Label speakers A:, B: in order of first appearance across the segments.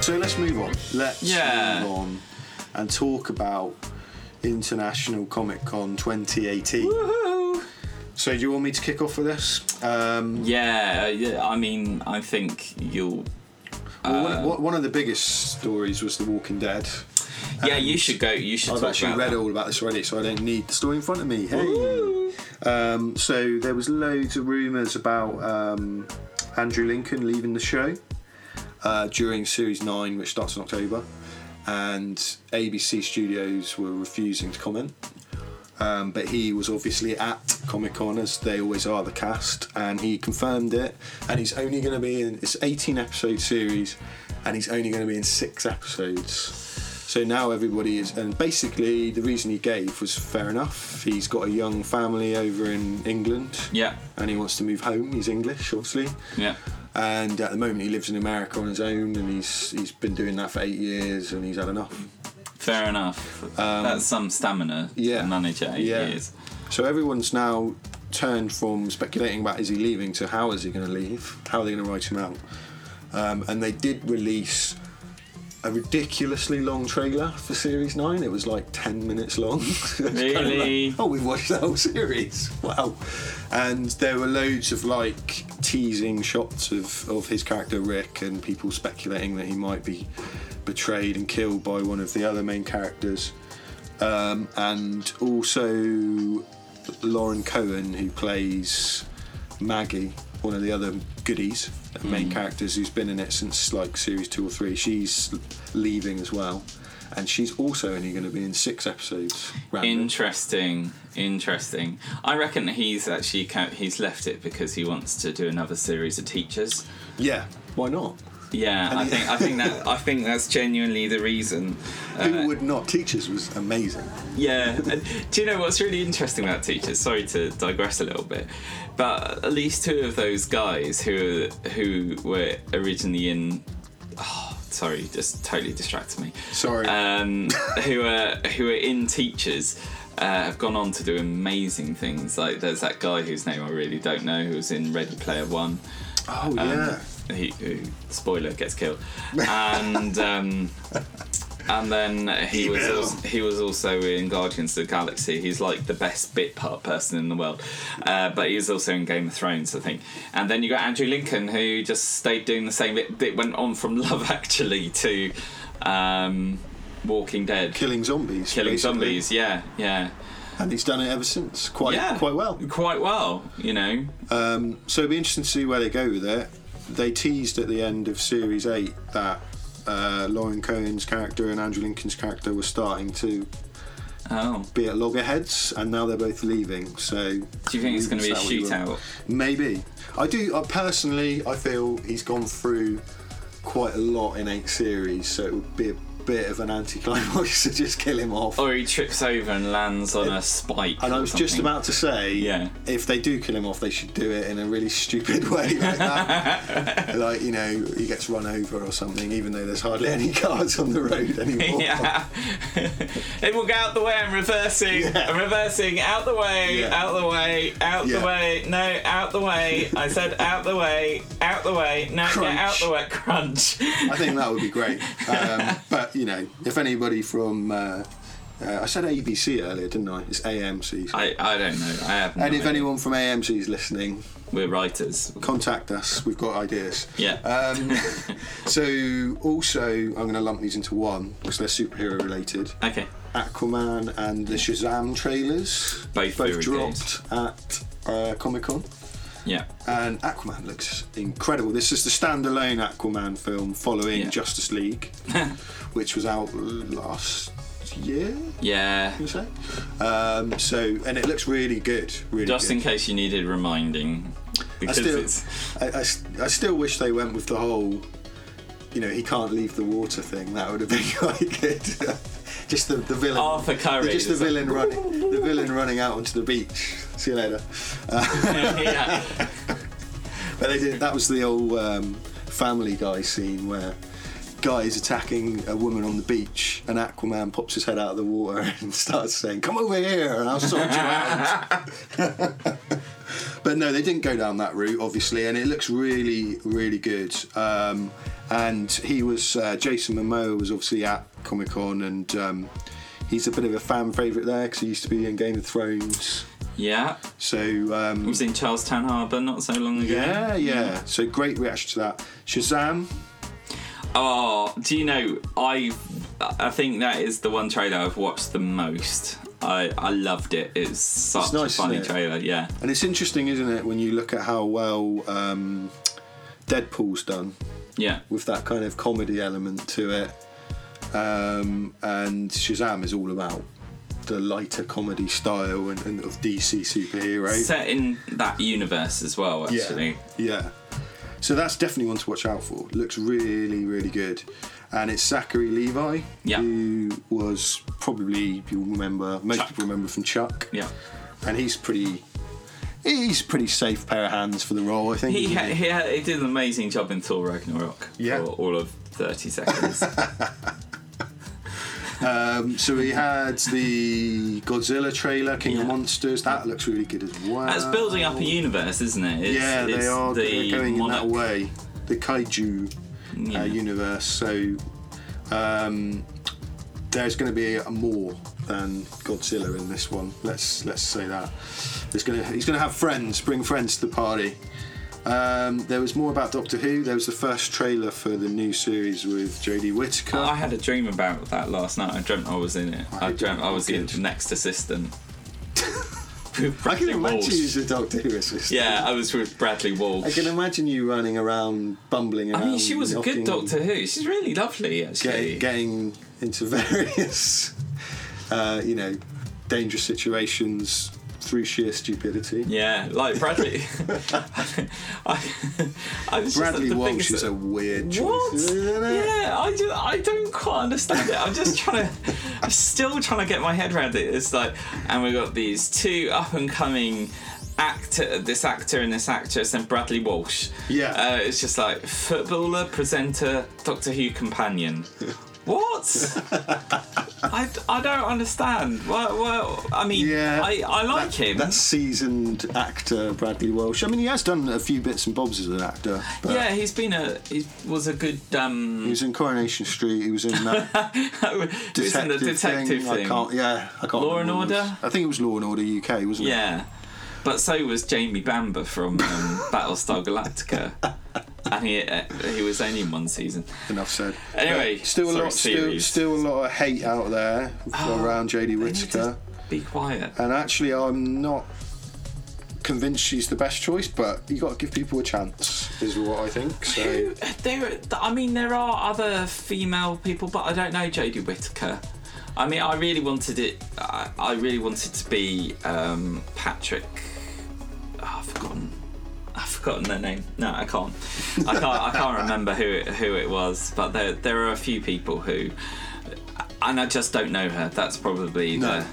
A: So let's move on. Let's
B: Yeah.
A: move on and talk about International Comic Con 2018.
B: Woohoo!
A: So do you want me to kick off with this? Um,
B: Yeah, uh, yeah, I mean, I think you'll.
A: well,
B: Uh,
A: one, one- one of the biggest stories was The Walking Dead.
B: Yeah,
A: And
B: you should go. You should.
A: I've
B: talk
A: actually
B: about
A: read
B: that.
A: all about this already, so I don't need the story in front of me. Hey.
B: Woo.
A: Um, so there was loads of rumours about um, Andrew Lincoln leaving the show uh, during Series Nine, which starts in October, and ABC Studios were refusing to comment. Um, but he was obviously at Comic Con as they always are, the cast, and he confirmed it. And he's only going to be in it's 18 episode series, and he's only going to be in six episodes. So now everybody is, and basically the reason he gave was fair enough. He's got a young family over in England,
B: Yeah,
A: and he wants to move home. He's English, obviously,
B: yeah,
A: and at the moment he lives in America on his own, and he's he's been doing that for eight years, and he's had enough.
B: fair enough. That's some stamina
A: Um, yeah,
B: to manage at eight
A: yeah.
B: years.
A: So everyone's now turned from speculating about is he leaving to how is he going to leave? How are they going to write him out? Um, and they did release a ridiculously long trailer for Series 9. It was like 10 minutes long. It's kind of
B: Really?
A: like, oh, we've watched the whole series. Wow. And there were loads of like teasing shots of, of his character Rick and people speculating that he might be betrayed and killed by one of the other main characters. Um, and also Lauren Cohen, who plays Maggie, one of the other goodies, the
B: Mm.
A: main characters who's been in it since like series two or three. She's leaving as well, and she's also only going to be in six episodes. random.
B: Interesting, interesting. I reckon he's actually ca- he's left it because he wants to do another series of teachers.
A: yeah, why not?
B: Yeah, I
A: he-
B: think I think that I think that's genuinely the reason.
A: who would not? Teachers was amazing.
B: Yeah. And do you know what's really interesting about teachers? Sorry to digress a little bit, but at least two of those guys who who were originally in. Oh, sorry, just totally distracted me.
A: Sorry.
B: Um, who are who are in teachers. Uh, have gone on to do amazing things. Like there's that guy whose name I really don't know, who was in Ready Player One.
A: Oh
B: um,
A: yeah.
B: He, who, spoiler, gets killed. And um, and then he was
A: Evil.
B: also, he was also in Guardians of the Galaxy. He's like the best bit part person in the world, uh, but he was also in Game of Thrones, I think. And then you got Andrew Lincoln, who just stayed doing the same. It, it went on from Love Actually to um, Walking Dead, killing,
A: Killing zombies. basically.
B: zombies. Yeah, yeah,
A: And he's done it ever since, quite
B: yeah,
A: quite well.
B: quite well. You know,
A: Um, so it'll be interesting to see where they go with it. They teased at the end of series eight that uh, Lauren Cohen's character and Andrew Lincoln's character were starting to
B: oh,
A: be at loggerheads, and now they're both leaving. So
B: do you think it's going to be a shootout?
A: Maybe. I do. I personally, I feel he's gone through quite a lot in eight series, so it would be a bit of an anticlimax to just kill him off.
B: Or he trips over and lands on a spike.
A: And I
B: or
A: was just
B: something.
A: about to say,
B: Yeah.
A: if they do kill him off, they should do it in a really stupid way like that. like, you know, he gets run over or something, even though there's hardly any cars on the road anymore.
B: Yeah. they walk out the way and reversing, and reversing, out the way,
A: Yeah.
B: out the way, out
A: Yeah.
B: the way, no, out the way. I said out the way, out the way, no,
A: Crunch.
B: get out the way, crunch.
A: I think that would be great. Um, but, you know, if anybody from. Uh, uh, I said ABC earlier, didn't I? It's AMC.
B: I, I don't know. I have no
A: and if
B: idea.
A: anyone from AMC is listening,
B: We're writers.
A: contact us. We've got ideas.
B: Yeah.
A: Um, so, also, I'm going to lump these into one because they're superhero related.
B: Okay.
A: Aquaman and the Shazam trailers
B: Both very
A: dropped at uh, Comic Con,
B: Yeah.
A: and Aquaman looks incredible. This is the standalone Aquaman film following
B: Yeah.
A: Justice League, which was out last year.
B: Yeah.
A: You say? Um, so, and it looks really good. Really
B: Just
A: good.
B: in case you needed reminding. Because
A: I
B: it's.
A: still, I, I s- I still wish they went with the whole, you know, he can't leave the water thing. That would have been quite good. just the, the villain.
B: Arthur Curry.
A: Just the
B: is like-
A: villain running, the villain running out onto the beach. See you later.
B: yeah.
A: But they did. That was the old um, Family Guy scene where guy is attacking a woman on the beach, and Aquaman pops his head out of the water and starts saying, "Come over here, and I'll sort you out." but no, they didn't go down that route, obviously, and it looks really, really good. Um, and he was uh, Jason Momoa was obviously at Comic Con, and um, he's a bit of a fan favorite there because he used to be in Game of Thrones.
B: Yeah.
A: So
B: It
A: um,
B: was in Charlestown Harbour not so long ago.
A: yeah, yeah. So great reaction to that. Shazam.
B: Oh, do you know? I I think that is the one trailer I've watched the most. I, I loved it. It's such
A: It's nice,
B: a funny
A: isn't it?
B: trailer. Yeah.
A: And it's interesting, isn't it, when you look at how well um, Deadpool's done
B: Yeah.
A: with that kind of comedy element to it. Um, and Shazam is all about the lighter comedy style and, and of DC superhero.
B: Set in that universe as well, actually.
A: Yeah. So that's definitely one to watch out for. Looks really, really good. And it's Zachary Levi,
B: Yeah.
A: who was probably you'll remember most
B: Chuck.
A: people remember from Chuck.
B: Yeah.
A: And he's pretty he's a pretty safe pair of hands for the role, I think.
B: He,
A: isn't
B: ha- he, ha- he did an amazing job in Thor Ragnarok
A: Yeah.
B: for all of 30 seconds.
A: Um, so we had the Godzilla trailer, King of
B: Yeah.
A: Monsters. That looks really good as well.
B: That's building up a universe, isn't it? It's,
A: Oh. Yeah,
B: it's
A: they are
B: the
A: they're going
B: monarch-
A: in that way. The kaiju
B: Yeah.
A: uh, universe. So um, there's going to be a more than Godzilla in this one. Let's let's say that. There's going to he's going to have friends. Bring friends to the party. Um, there was more about Doctor Who. There was the first trailer for the new series with Jodie Whittaker.
B: I had a dream about that last night. I dreamt I was in it. I,
A: I
B: dreamt I was
A: did.
B: the next assistant. With
A: I can
B: Bradley
A: imagine
B: Walsh.
A: you as a Doctor Who assistant.
B: Yeah, I was with Bradley Walsh. Um,
A: I can imagine you running around, bumbling around.
B: I mean, she was a
A: knocking-
B: good Doctor Who. She's really lovely, actually.
A: get- getting into various, uh, you know, dangerous situations through sheer stupidity.
B: Yeah, like Bradley. I, I was just like,
A: Bradley
B: the thing
A: Walsh is a weird choice,
B: What?
A: isn't it?
B: Yeah, I, just, I don't quite understand it. I'm just trying to, I'm still trying to get my head around it. It's like, and we got these two up and coming actor, this actor and this actress, and Bradley Walsh.
A: Yeah.
B: Uh, it's just like footballer, presenter, Doctor Who companion. What? I, I don't understand. Well, well I mean,
A: Yeah,
B: I, I like
A: That-
B: him.
A: That seasoned actor Bradley Walsh. I mean, he has done a few bits and bobs as an actor. But
B: yeah, he's been a he was a good um
A: He was in Coronation Street. He was in that
B: detective,
A: detective,
B: in the detective
A: I
B: thing.
A: can't. Yeah, I can't.
B: Law and
A: remember what it was.
B: Order?
A: I think it was Law and Order UK, wasn't it?
B: Yeah. But so was Jamie Bamber from um, Battlestar Galactica. And he, uh, he was only in one season.
A: Enough said.
B: Anyway,
A: But still a
B: sorry,
A: lot, still,
B: series.
A: still a lot of hate out there around Jodie
B: They need to
A: Whittaker.
B: Be quiet.
A: and actually I'm not convinced she's the best choice, but you got to give people a chance, is what I think. So
B: Who- There, I mean, there are other female people, but I don't know Jodie Whittaker. I mean, I really wanted it. I, I really wanted to be um, Patrick. oh, I've forgotten. I've forgotten their name. No, I can't. I can't. I can't remember who it, who it was. But there, there are a few people who, and I just don't know her. That's probably
A: No.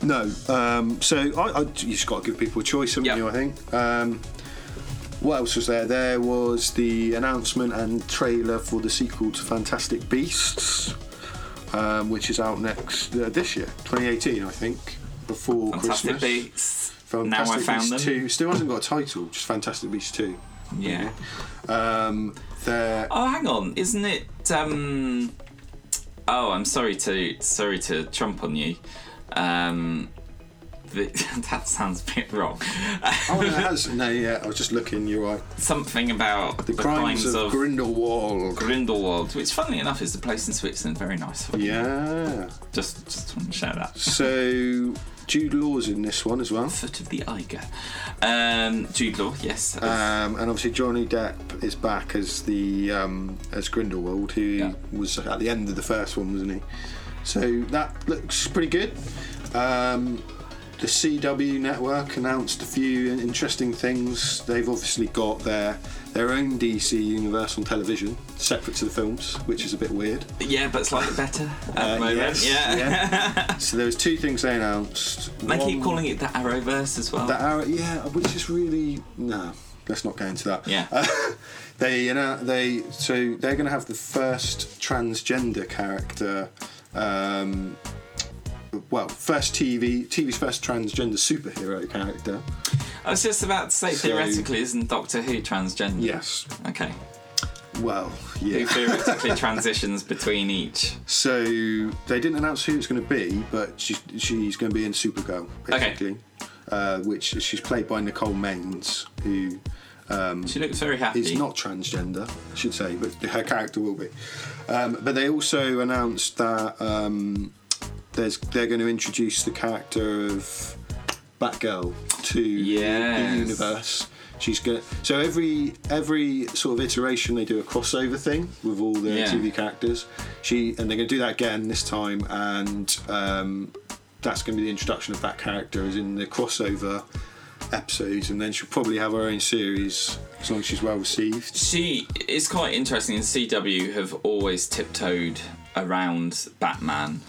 B: the.
A: no, um, so I, I you just got to give people a choice, haven't
B: Yeah.
A: you? I think. Um, what else was there? There was the announcement and trailer for the sequel to Fantastic Beasts, um, which is out next uh, this year, 2018, I think, before
B: Fantastic
A: Christmas.
B: Beasts.
A: Fantastic
B: now I found them.
A: Beasts Two still hasn't got a title, just Fantastic Beasts Two.
B: Yeah.
A: Um, there,
B: Oh, hang on, isn't it? Um, oh, I'm sorry to sorry to trump on you. Um, the, that sounds a bit wrong.
A: oh, no, it has. No, yeah, I was just looking. You're right.
B: Something about the,
A: The, crimes, of, Grindelwald.
B: Grindelwald, which, funnily enough, is a place in Switzerland. Very nice.
A: Yeah.
B: Just just want to share that.
A: So Jude Law's in this one as well,
B: Foot of the Eiger. Um, Jude Law, yes.
A: um, and obviously Johnny Depp is back as the um, as Grindelwald, who
B: Yeah.
A: was at the end of the first one, wasn't he? So that looks pretty good. Um, the CW network announced a few interesting things. They've obviously got their their own DC universe on television, separate to the films, which is a bit weird.
B: yeah, but slightly better at the
A: Uh,
B: moment.
A: yes,
B: yeah.
A: yeah. so there was two things they announced.
B: They keep
A: One-
B: calling it the Arrowverse as well.
A: that hour, yeah, which is really no. Let's not go into that. Uh,
B: Yeah.
A: they, you know, they so they're going to have the first transgender character. Um, well, first TV, TV's first transgender superhero character.
B: I was just about to say,
A: So-
B: theoretically, isn't Doctor Who transgender?
A: Yes.
B: Okay.
A: Well,
B: who
A: yeah.
B: theoretically transitions between each.
A: So they didn't announce who it's going to be, but she, she's going to be in Supergirl, basically, uh, which she's played by Nicole Maines, who
B: She looks very happy.
A: is not transgender, I should say, but her character will be. Um, but they also announced that um, there's they're going to introduce the character of Batgirl to
B: Yes.
A: the universe. She's going so every every sort of iteration they do a crossover thing with all the
B: Yeah.
A: TV characters. She and they're going to do that again this time, and um, that's going to be the introduction of that character is in the crossover episodes, and then she'll probably have her own series as long as she's well received.
B: She it's quite interesting. And CW have always tiptoed around Batman.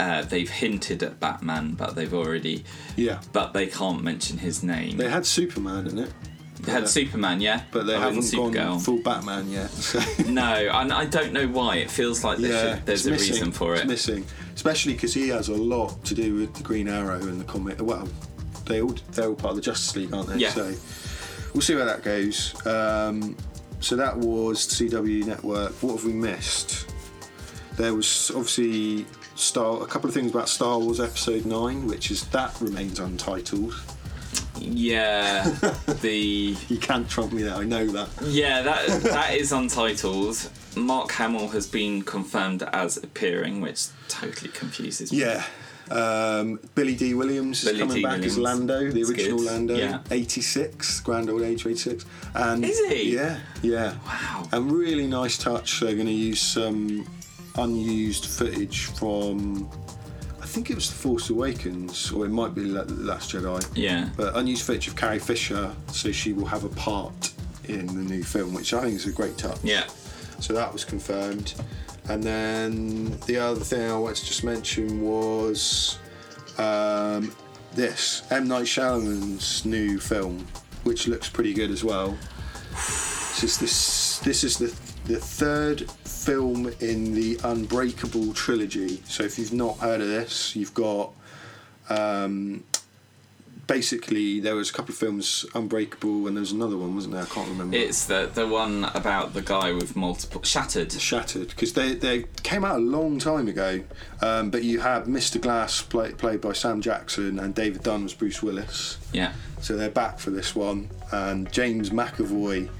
B: Uh, they've hinted at Batman, but they've already,
A: Yeah.
B: but they can't mention his name.
A: They had Superman in it,
B: They had Superman, yeah,
A: but they
B: Oh, and
A: haven't gone
B: Supergirl.
A: full Batman yet. So,
B: no, and I don't know why. It feels like there
A: yeah,
B: should, there's
A: it's
B: a
A: missing.
B: reason for
A: It's
B: it.
A: missing, especially because he has a lot to do with the Green Arrow and the comic. Well, they all they're all part of the Justice League, aren't they?
B: Yeah.
A: So we'll see where that goes. Um, so that was CW Network. What have we missed? There was obviously Star. A couple of things about Star Wars Episode Nine, which is that remains untitled.
B: Yeah, the
A: You can't trump me there. I know that.
B: yeah that that is untitled. Mark Hamill has been confirmed as appearing, which totally confuses me.
A: Yeah. Um, Billy D. Williams is
B: Billy
A: coming
B: D.
A: back
B: Williams.
A: as Lando, the
B: That's
A: original
B: good.
A: Lando,
B: Yeah.
A: 86, grand old age, 86. And
B: Is he?
A: Yeah, yeah.
B: Wow.
A: A really nice touch. They're going to use some unused footage from, I think it was The Force Awakens, or it might be La- The Last Jedi.
B: Yeah.
A: But unused footage of Carrie Fisher, so she will have a part in the new film, which I think is a great touch.
B: Yeah.
A: So that was confirmed. And then the other thing I wanted to just mention was um, this M. Night Shyamalan's new film, which looks pretty good as well. This is, this, this is the, the third film in the Unbreakable trilogy. So if you've not heard of this, you've got um, basically there was a couple of films, Unbreakable, and there was another one, wasn't there? I can't remember.
B: It's the the one about the guy with multiple shattered.
A: Shattered because they, they came out a long time ago, um, but you had Mr. Glass play, played by Sam Jackson and David Dunn was Bruce Willis,
B: Yeah.
A: so they're back for this one. And James McAvoy,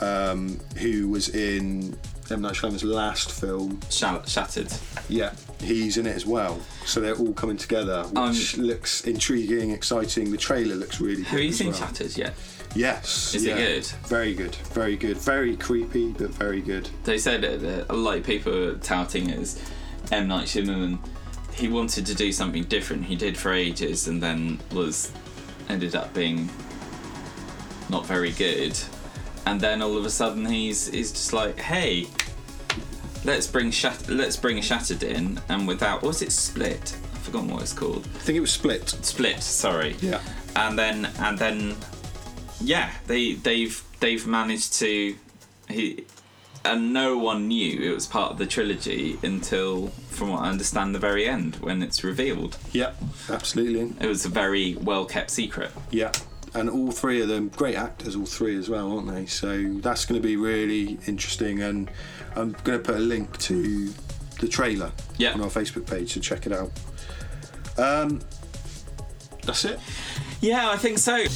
A: um, who was in M Night Shyamalan's last film,
B: Shall- shattered.
A: yeah, he's in it as well. So they're all coming together, which looks intriguing, exciting. The trailer looks really. good
B: Have you
A: as
B: seen
A: well.
B: Shattered yet?
A: Yes.
B: Is it
A: yeah.
B: good?
A: Very good. Very good. Very creepy, but very good.
B: They said that uh, a lot of people were touting it as M Night Shyamalan. He wanted to do something different. He did for ages, and then was ended up being not very good. And then all of a sudden, he's he's just like, hey. Let's bring Shat- let's bring Shattered in, and without was it Split? I've forgotten what it's called.
A: I think it was Split.
B: Split, sorry.
A: Yeah.
B: and then and then yeah they they've they've managed to he and no one knew it was part of the trilogy until from what i understand the very end when it's revealed
A: Yeah, absolutely.
B: it was a very well kept secret
A: Yeah, and all three of them, great actors, all three as well, aren't they? So that's going to be really interesting. And I'm going to put a link to the trailer
B: Yeah.
A: on our Facebook page, so check it out. Um, that's it.
B: yeah i think so